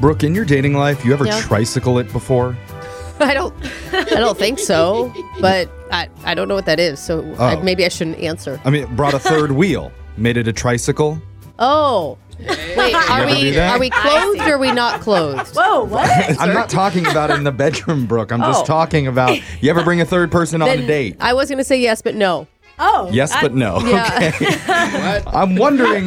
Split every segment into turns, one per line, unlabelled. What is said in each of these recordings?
Brooke, in your dating life, you ever
Yeah.
tricycle it before?
I don't. I don't think so. But I, I don't know what that is. So I,
Oh.
maybe I shouldn't answer.
I mean, it brought a third wheel, made it a tricycle.
Oh, wait. Are
ever do
we
that?
are we clothed or are we not clothed?
Whoa, what?
I'm not talking about in the bedroom, Brooke. I'm just
Oh.
talking about you ever bring a third person on
Then
a date?
I was gonna say yes, but no.
Oh.
yes,
I-
but no.
Yeah.
I'm wondering,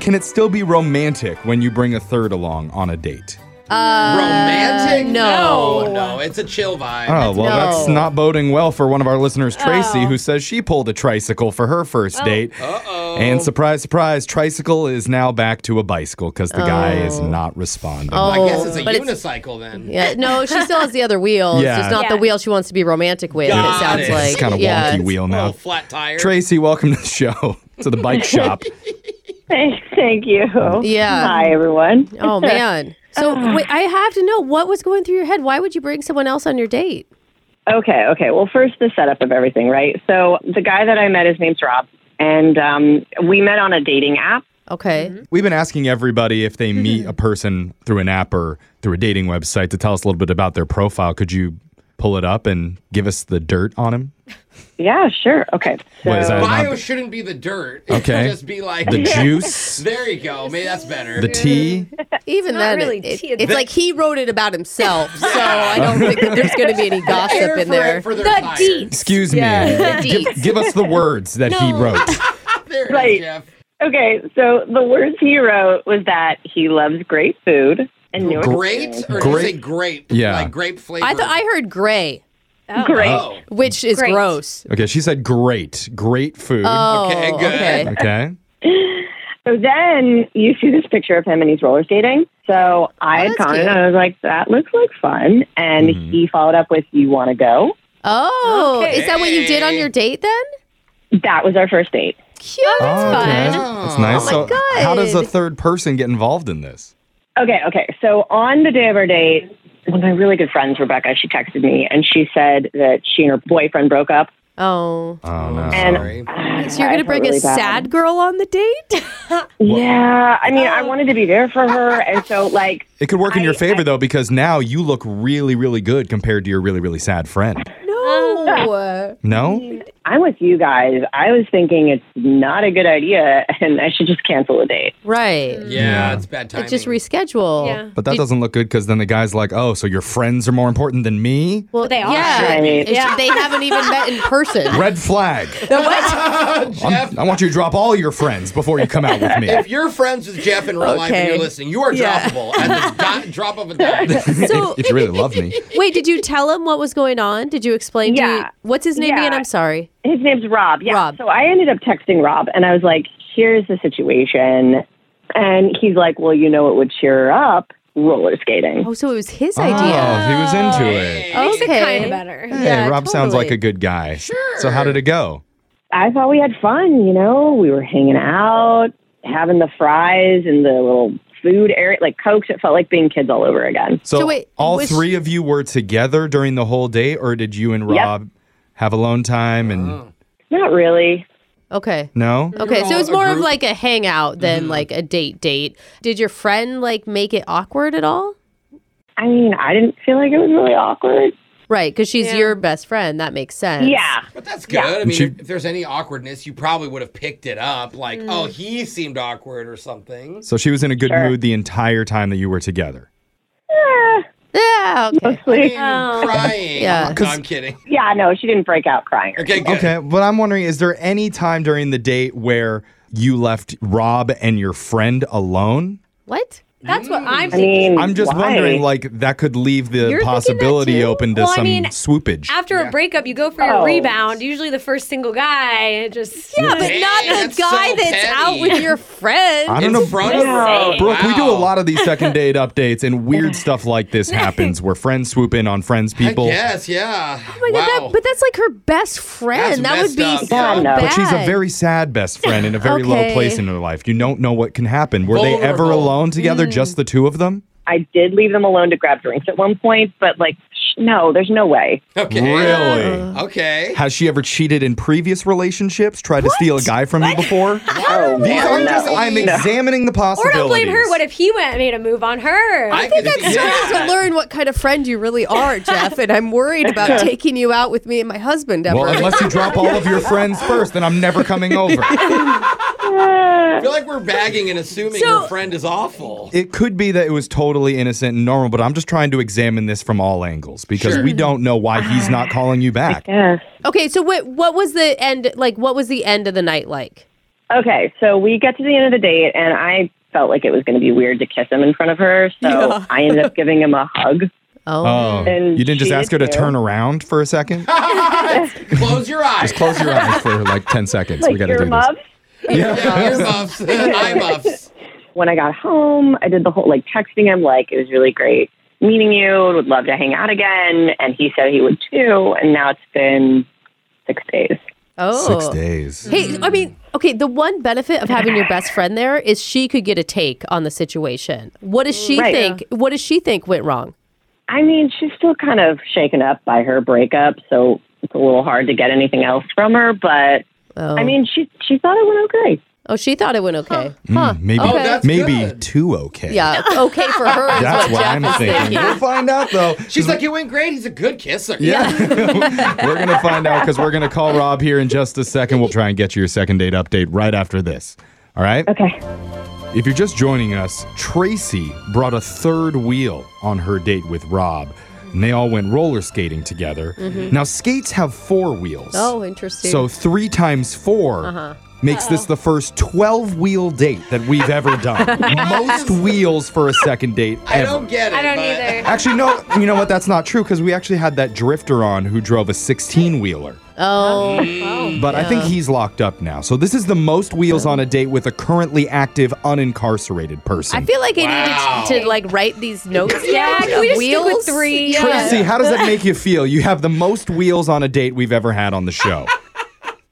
can it still be romantic when you bring a third along on a date?
Uh,
Romantic?
no.
no, no, it's a chill vibe.
Oh, well,
No. Oh.
that's not boding well for one of our listeners, Tracy, who says she pulled a tricycle for her first date.
Uh-oh.
And surprise, surprise, tricycle is now back to a bicycle because the guy
Oh.
is not responding.
I guess it's a
But it's-
unicycle then.
Yeah, no, she still has the other wheel.
Yeah.
It's just not
Yeah.
the wheel she wants to be romantic with.
Got
it sounds
it.
like
it's kind of
yeah,
wonky
it's-
wheel now.
Little flat tire.
Tracy, welcome to the show, to the bike shop.
Thank, thank you.
Yeah.
Hi, everyone.
Oh man. So
Uh-uh.
wait, I have to know what was going through your head. Why would you bring someone else on your date?
Okay, okay. Well, first, the setup of everything, right? So, the guy that I met, his name's Rob, and um, we met on a dating app.
Okay.
Mm-hmm.
We've been asking everybody if they meet a person through an app or through a dating website to tell us a little bit about their profile. Could you pull it up and give us the dirt on him?
Yeah, sure. Okay. So,
What is that?
Bio shouldn't be the dirt. It
Okay.
should just be like,
The juice,
there you go. Maybe that's better.
the tea.
Even
not
then,
really
it-
tea.
it's like he wrote it about himself, so I don't think that there's going to be any
Air
gossip in
for-
there.
For their
The
tire.
deets.
Excuse
Yeah,
me.
the
Give,
deets.
give us the words that he wrote.
There it is,
Right.
Jeff.
okay, so the words he wrote was that he loves great food and new
Great or did you
Grape?
say grape?
Yeah.
Like grape flavor.
I thought I heard gray,
Oh.
Great.
Oh.
which is
Great.
gross.
Okay, she said great, great food.
Oh,
Okay, good.
okay.
Okay.
So then you see this picture of him and he's roller skating. So I had
Oh, that's
commented,
cute.
and I was like, that looks like fun. And
Mm-hmm.
he followed up with, you want to go?
Oh,
Okay.
is that what you did on your date then?
That was our first date.
Cute.
Oh, okay.
fun.
That's nice.
Oh my
so, how does a
God.
third person get involved in this?
Okay, okay. So on the day of our date, one of my really good friends, Rebecca, she texted me and she said that she and her boyfriend broke up.
Oh,
Oh no.
And um,
Sorry.
so you're going to bring a sad girl on the date?
Yeah, I mean,
Oh.
I wanted to be there for her, and so like,
It could work in
I-
your favor though, because now you look really, really good compared to your really, really sad friend.
No.
No?
I'm with you guys. I was thinking it's not a good idea, and I should just cancel the date.
right.
Yeah, it's bad timing.
It just reschedule.
Yeah.
But that doesn't look good because then the guy's like, oh, so your friends are more important than me?
Well,
they are.
Yeah.
Right.
yeah. They haven't even met in person.
Red flag.
Jeff,
I'm- I want you to drop all your friends before you come out with me.
if you're friends with Jeff in real life and
Okay.
you're listening, you are
Yeah.
droppable at the dot, drop of a dime.
So-
if you really love me.
Wait, did you tell him what was going on? Did you explain to
Yeah.
you, what's his name
Yeah.
again? I'm sorry.
His name's Rob. Yeah.
Rob.
So I ended up texting Rob, and I was like, "Here's the situation," and he's like, "Well, you know what would cheer her up? Roller skating."
Oh, so it was his
Oh,
idea.
he was into it.
Okay.
Makes it kind of better.
Hey,
Yeah,
Rob sounds
totally.
like a good guy. Sure. So how did it go?
I thought we had fun, you know. We were hanging out, having the fries and the little food area, like Cokes. It felt like being kids all over again.
So,
So wait,
all
was-
three of you were together during the whole day, or did you and
Yep.
Rob have alone time? And
Not really.
Okay.
no,
Okay, so
all Mm-hmm.
it's
a
more of
group.
like a hangout than like a date date. Did your friend like make it awkward at all?
I mean, I didn't feel like it was really awkward.
Right, because she's
Yeah.
your best friend. That makes sense.
Yeah.
But that's good. I mean,
She-
if, if there's any awkwardness, you probably would have picked it up. Like, oh, he seemed awkward or something.
so she was in a good
Sure.
mood the entire time that you were together.
Eh,
Yeah. Okay.
mostly.
Oh.
Crying.
Yeah.
No, I'm kidding.
Yeah, no, she didn't break out crying.
Okay, good.
Okay, but I'm wondering, is there any time during the date where you left Rob and your friend alone?
What?
That's what I'm
I
thinking.
mean,
I'm just
why?
wondering, like that could leave the
You're thinking that
possibility
too?
open to
Well, I
some
mean,
swoopage.
After a breakup, you go for your
Oh.
rebound. Usually the first single guy it just Yeah,
But not
Dang,
the
that's
guy
so
that's out
petty.
with your friend.
I don't
In
know,
front
Brooke.
of her.
Brooke, we do a
Wow.
lot of these second date updates, and weird stuff like this happens where friends swoop in on friends, people.
Yes, yeah.
Oh my
wow.
God, that- but that's like her best friend.
That's
that would be
messed up.
so
Yeah, I know.
bad.
But
But she's a very sad best friend in a very low
Okay.
place in her life. You don't know what can happen. Were they ever
Vulnerable.
Mm.
alone together, just the two of them?
I did leave them alone to grab drinks at one point, but like No, there's no way.
Okay.
Really?
Okay.
Has she ever cheated in previous relationships? Tried to steal a guy from you before?
Oh,
These
no,
are
no.
just. I'm examining the
Or
possibilities.
don't blame her. What if he went made a move on her?
I think
I'm starting to learn what kind of friend you really are, Jeff, and I'm worried about taking you out with me and my husband ever.
Well, unless you drop all of your friends first, then I'm never coming over.
I feel like we're bagging and assuming
So-
her friend is awful.
It could be that it was totally innocent and normal, but I'm just trying to examine this from all angles because
Sure.
we don't know why he's not calling you back.
Yes.
Okay, so what what was the end like what was the end of the night like?
Okay, so we get to the end of the date, and I felt like it was going to be weird to kiss him in front of her, so I ended up giving him a hug.
Oh.
Oh,
And
you didn't just
she
ask her
did
to
too.
turn around for a second?
Close your eyes.
Close your eyes for like 10 seconds. we
Like
got to
ear
do
muffs.
Yeah, ear muffs, eye muffs.
When I got home, I did the whole like texting him, like it was really great meeting you, and would love to hang out again. And he said he would too. And now it's been six days.
this.
oh.
Six days.
Hey, I mean, okay, the one benefit of having your best friend there is she could get a take on the situation. What does she
Right.
think? What does she think went wrong?
I mean, she's still kind of shaken up by her breakup, so it's a little hard to get anything else from her. But
Oh.
I mean, she she thought it went okay.
Oh, she thought it went okay. Huh.
Mm, maybe
Okay.
Oh, that's
maybe
good.
too okay.
Yeah, okay for her. is
That's
what
what
Jeff
I'm
is
thinking. We'll find out though.
She's like, it went great. He's a good kisser.
Yeah. we're going to find out because we're going to call Rob here in just a second. We'll try and get you your second date update right after this. All right?
Okay.
If you're just joining us, Tracy brought a third wheel on her date with Rob, and they all went roller skating together. Now, skates have four wheels.
Oh, interesting.
So three times 4 makes this the first 12 wheel date that we've ever done. Most wheels for a second date ever.
I don't get it.
I don't
but-
either.
Actually, no, you know what? That's not true because we actually had that drifter on who drove a 16 wheeler.
oh,
Mm. But I think he's locked up now. So this is the most wheels on a date with a currently active, unincarcerated person.
I feel like I
Wow.
needed to, to like write these notes.
Yeah,
down
can we
of
just stick with
wheels?
three?
Yeah.
Tracy, how does that make you feel? You have the most wheels on a date we've ever had on the show.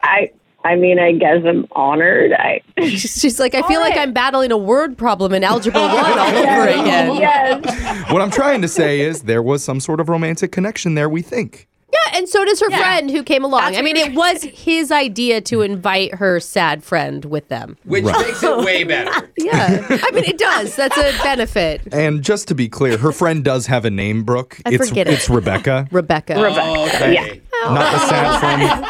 I I mean, I guess I'm honored. I
She's like, I feel like I'm battling a word problem in algebra one all over again. Yeah.
yes.
what I'm trying to say is there was some sort of romantic connection there, we think.
and so does her friend who came along.
That's
I mean, it was his idea to invite her sad friend with them.
Which
Right.
makes it way better.
Yeah, I mean, it does. That's a benefit.
And just to be clear, her friend does have a name, Brooke.
I
it's
forget it.
it's Rebecca.
Rebecca.
Oh, okay.
not the sad friend.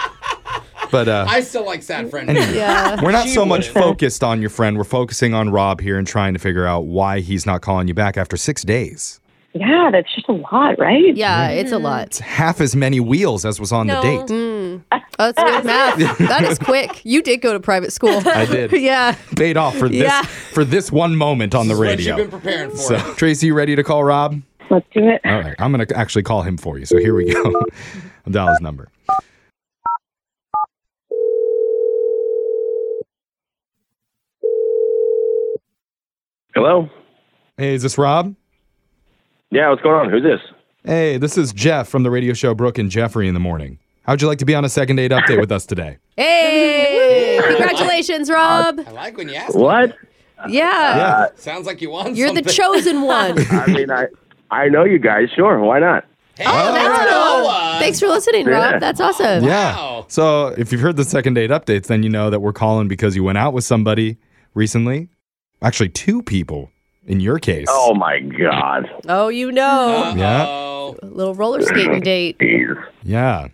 But uh
I still like sad friend.
Anyway,
Yeah.
we're not
She
so much
wouldn't.
focused on your friend. We're focusing on Rob here and trying to figure out why he's not calling you back after six days.
Yeah, that's just a lot, right?
Yeah, it's a lot.
It's half as many wheels as was on
No.
the date.
Oh, that's good math. That is quick. You did go to private school.
I did.
Yeah.
Paid off for this
Yeah.
for this one moment on the
What you've
radio.
been preparing for.
So Tracy, you ready to call Rob?
Let's do it.
All right. I'm gonna actually call him for you. So here we go. I'll dial his number.
Hello.
Hey, is this Rob?
Yeah, what's going on? Who's this?
Hey, this is Jeff from the radio show Brooke and Jeffrey in the morning. How'd you like to be on a second date update with us today?
Hey, congratulations, Rob.
I like when you ask.
What?
Yeah.
Yeah.
Sounds like you want
You're the
something.
chosen one.
I mean, I I know you guys. Sure, why not?
Hey, oh,
that's cool. Thanks for listening, Rob.
Yeah.
That's awesome.
Yeah.
Wow.
So if you've heard the second date updates, then you know that we're calling because you went out with somebody recently. Actually, two people in your case.
Oh my God.
Oh, you know,
Uh-oh.
a little roller skating date.
Jeez.
Yeah.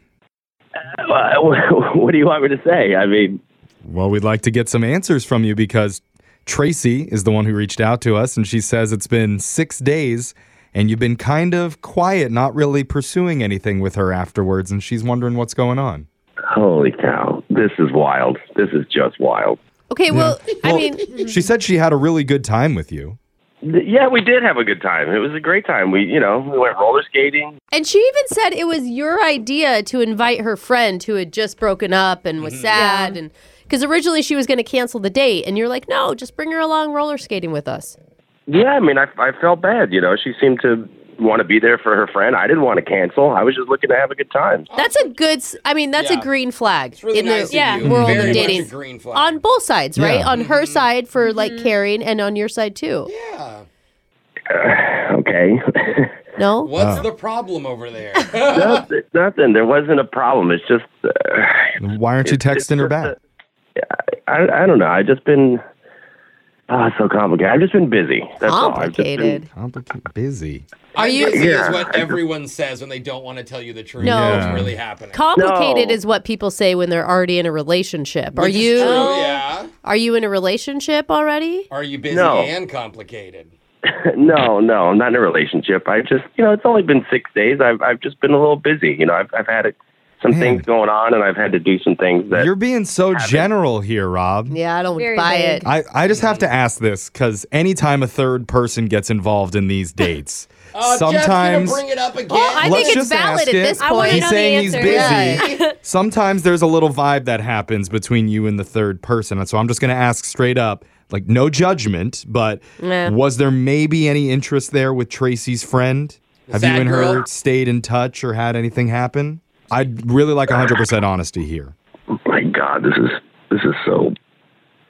Uh, What do you want me to say? I mean,
Well, we'd like to get some answers from you because Tracy is the one who reached out to us and she says it's been six days and you've been kind of quiet, not really pursuing anything with her afterwards. And she's wondering what's going on.
holy cow, this is wild. This is just wild.
Okay, well, I
Well,
mean,
she said she had a really good time with you.
Th- Yeah, we did have a good time. It was a great time. We, you know, we went roller skating.
and she even said it was your idea to invite her friend who had just broken up and
Mm-hmm.
was sad, and because originally she was going to cancel the date, and you're like, no, just bring her along roller skating with us.
Yeah, I mean, I I felt bad. You know, she seemed to want to be there for her friend. I didn't want to cancel. I was just looking to have a good time.
That's a good. s- I mean, that's a
Yeah.
green flag
It's really
in
nice
the
of you. Mm-hmm.
world
Very
of
much a
dating.
green flag.
On both sides,
Yeah.
right?
Mm-hmm.
On her side for like caring, and on your side too.
yeah.
Okay.
No?
Oh.
What's the problem over there?
Noth- Nothing. There wasn't a problem. It's just uh,
Why aren't you texting her back?
I, I don't know. I've just been oh, it's so complicated. I've just been busy. That's all. I've just been-
Complicated.
Complicated, busy.
Are
you-
Yeah,
Is
I
what
just-
everyone says when they don't want to tell you the truth.
No.
No, what's
Yeah.
really happening.
Complicated
No.
is what people say when they're already in a relationship. Are
Which is
you
true,
Oh.
yeah.
are you in a relationship already?
Are you busy
No.
and complicated?
no, no, I'm not in a relationship. I just, you know, it's only been six days. I've, I've just been a little busy. You know, I've, I've had a, some
Man.
things going on, and I've had to do some things that.
You're being so general here, Rob.
Yeah, I don't
Very
buy
vague.
it.
I, I just have to ask this because anytime a third person gets involved in these dates,
Uh,
sometimes
Jeff's gonna bring it up again.
I
let's
think it's
just
valid
ask
at
it.
this I
wanna point.
He's
know the
saying he's busy.
answer.
Sometimes there's a little vibe that happens between you and the third person, and so I'm just gonna ask straight up, like no judgment, but
Yeah.
was there maybe any interest there with Tracy's friend? Have you
Sad
and her
girl.
stayed in touch or had anything happen? I'd really like 100% honesty here.
my God, this is this is so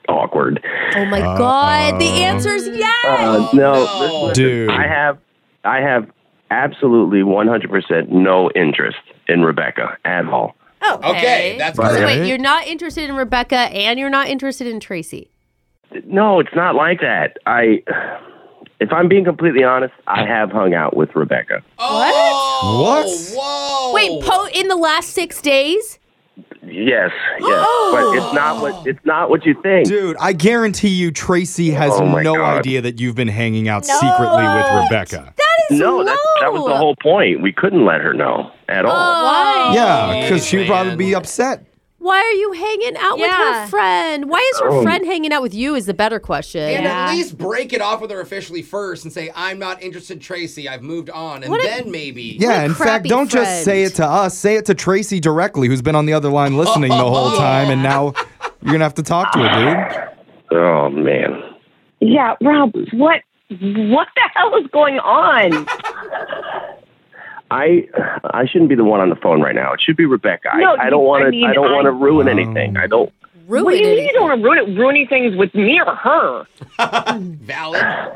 awkward.
Oh my god, the answer is
Mm-hmm.
yes.
Uh, no,
no.
listen,
Dude.
I have, I have absolutely 100% no interest in Rebecca at all.
okay, that's
But-
So
good.
Yeah.
wait, you're not interested in Rebecca and you're not interested in Tracy.
No, it's not like that. I, if I'm being completely honest, I have hung out with Rebecca.
Oh,
What?
Whoa.
Wait, po in the last 6 days?
Yes, yes, but it's not what it's not what you think.
Dude, I guarantee you Tracy has
Oh my
no
God.
idea that you've been hanging out secretly with Rebecca.
no, that that was the whole point. We couldn't let her know at
Oh.
all.
Why?
yeah, because
Jeez,
she would probably
man.
be upset.
Why are you hanging out with
Yeah.
her friend? Why is her
Oh.
friend hanging out with you is the better question.
And
Yeah.
at least break it off with her officially first and say, I'm not interested, Tracy. I've moved on. And then maybe.
Yeah,
a
in fact,
crappy
don't just say
friend.
it to us. Say it to Tracy directly, who's been on the other line listening the whole time, and now you're gonna have to talk to her,
Oh man.
Yeah, Rob, what what the hell is going on?
I I shouldn't be the one on the phone right now. It should be Rebecca.
No,
I, I don't want to.
I
I,
mean,
don't want to
I'm-
ruin anything. I don't.
Ruin
what do you mean you
anything.
don't want to ruin it? Ruin things with me or her?
Valid.
I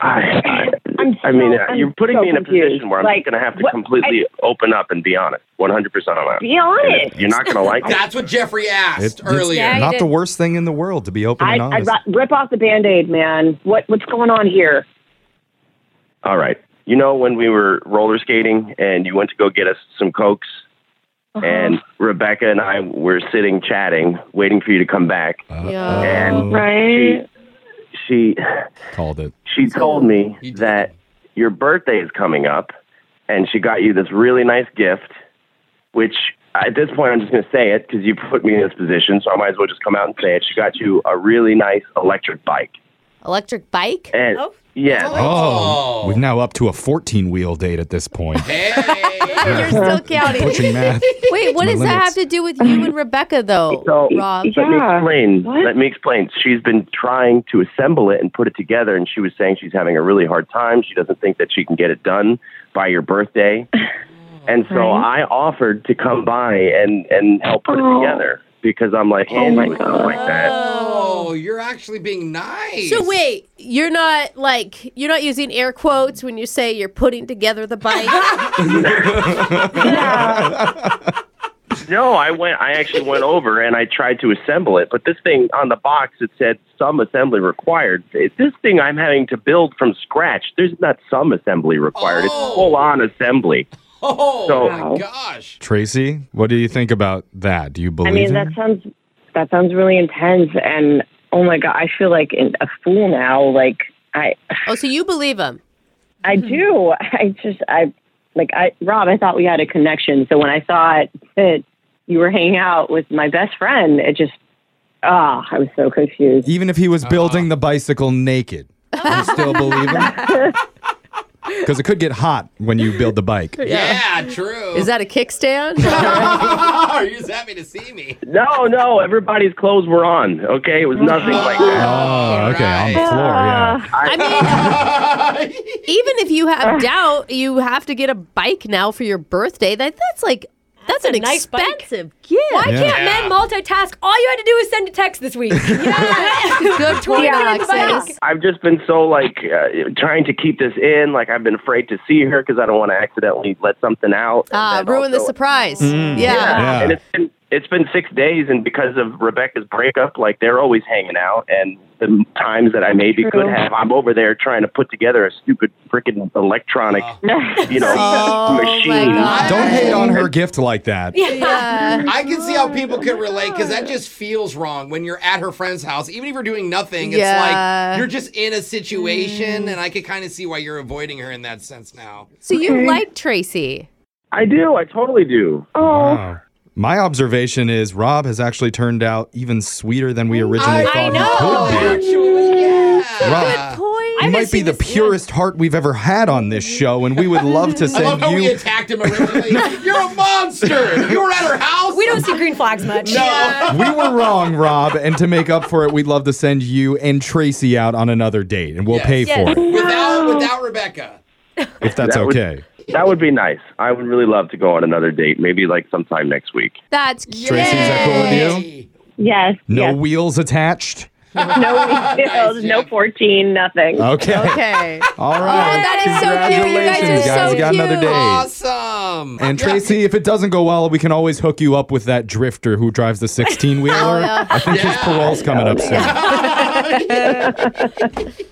I,
I'm
I mean,
so-
uh,
I'm
you're putting
so
me in a
confused.
position where I'm
Like,
just going to have to
what-
completely open up and be honest, 100 percent on that.
Be honest.
You're not going to like it.
That's what Jeffrey
dude.
asked
It-
earlier.
It's
Yeah,
not
you
the
did.
worst thing in the world to be open
I,
and
I
honest.
ri- rip off the band aid, man. What what's going on here?
All right. You know when we were roller skating and you went to go get us some cokes,
Uh-huh.
and Rebecca and I were sitting chatting, waiting for you to come back.
Uh,
Yeah.
And-
Right?
She
Called it.
she told me
You did.
that your birthday is coming up and she got you this really nice gift which at this point i'm just going to say it because you put me in this position so i might as well just come out and say it she got you a really nice electric bike
Electric bike?
and yeah
Oh,
Oh.
we've now up to a 14 wheel date at this point.
Hey.
You're still counting.
Pushing math.
Wait, what
My
does that have
limits.
to do with you and Rebecca though,
So-
Rob?
let me
Yeah.
explain.
What?
Let me explain. She's been trying to assemble it and put it together, and she was saying she's having a really hard time. She doesn't think that she can get it done by your birthday, and so I offered to come by and and help put it
Oh.
together because I'm like, hey,
my
like, something like that.
Oh, you're actually being nice.
So wait, you're not like you're not using air quotes when you say you're putting together the bike.
No, I went. I actually went over and I tried to assemble it, but this thing on the box it said some assembly required. It- This thing I'm having to build from scratch. There's not some assembly
Oh.
required. It's full on assembly.
Oh,
So-
my gosh.
Tracy, what do you think about that? Do you
I
believe
mean,
her?
that sounds that sounds really intense and oh my god, I feel like an- a fool now. Like I
oh, so you believe him?
I do. I just I like I Rob, I thought we had a connection. So when I thought that you were hanging out with my best friend, it just ah, I was so confused.
Even if he was
Uh-huh.
building the bicycle naked, you still believe him? Because it could get hot when you build the bike.
Yeah, true.
Is that a kickstand?
Are you just happy to see me?
No, no, everybody's clothes were on. Okay, it was nothing like that.
Oh, okay, on the floor,
Right.
yeah.
I mean, even if you have doubt, you have to get a bike now for your birthday. That that's like That's,
a
an
nice bike.
expensive gift.
Why
Yeah.
can't men multitask? All you had to do was send a text this week.
Good point, Alexis.
I've just been so like uh, trying to keep this in. Like I've been afraid to see her because I don't want to accidentally let something out. and
Ah,
then
ruin the
also-
surprise. yeah.
Yeah.
And it's been it's been six days, and because of Rebecca's breakup, like they're always hanging out, and the times that I maybe could have, I'm over there trying to put together a stupid freaking electronic, you know,
Oh, my
machine.
God.
Don't hate on her gift like that.
Yeah.
I can see how people could relate because that just feels wrong when you're at her friend's house, even if you're doing nothing.
Yeah. Mm.
It's like you're just in a situation, and I could kind of see why you're avoiding her in that sense now.
So
Mm-hmm.
you like Tracy.
I do. I totally do.
Wow. My observation is Rob has actually turned out even sweeter than we originally
I-
thought
know.
he could be.
Actually, yeah.
Rob,
Point.
you
haven't
might be
seen
the
this yet.
purest heart we've ever had on this show, and we would love to
I love
send
how we
you.
attacked him originally. you're a monster. You were at her house.
we don't see green flags much.
No.
We were wrong, Rob, and to make up for it, we'd love to send you and Tracy out on another date, and we'll
Yes.
pay
Yes.
for it
Without without Rebecca.
if that's
That would-
okay.
That would be nice. I would really love to go on another date, maybe like sometime next week.
That's cute.
Tracy, is that cool with you?
Hey.
Yes.
No
yes.
wheels attached.
No, wheels, no
Jeff.
14, nothing.
Okay.
Okay.
All right.
Oh, that is so cute. You guys are
Congratulations, guys.
so
got another
cute.
date.
Awesome.
And
Yeah.
Tracy, if it doesn't go well, we can always hook you up with that drifter who drives the
Oh,
16 wheeler. I think his
Yeah.
parole's coming up soon.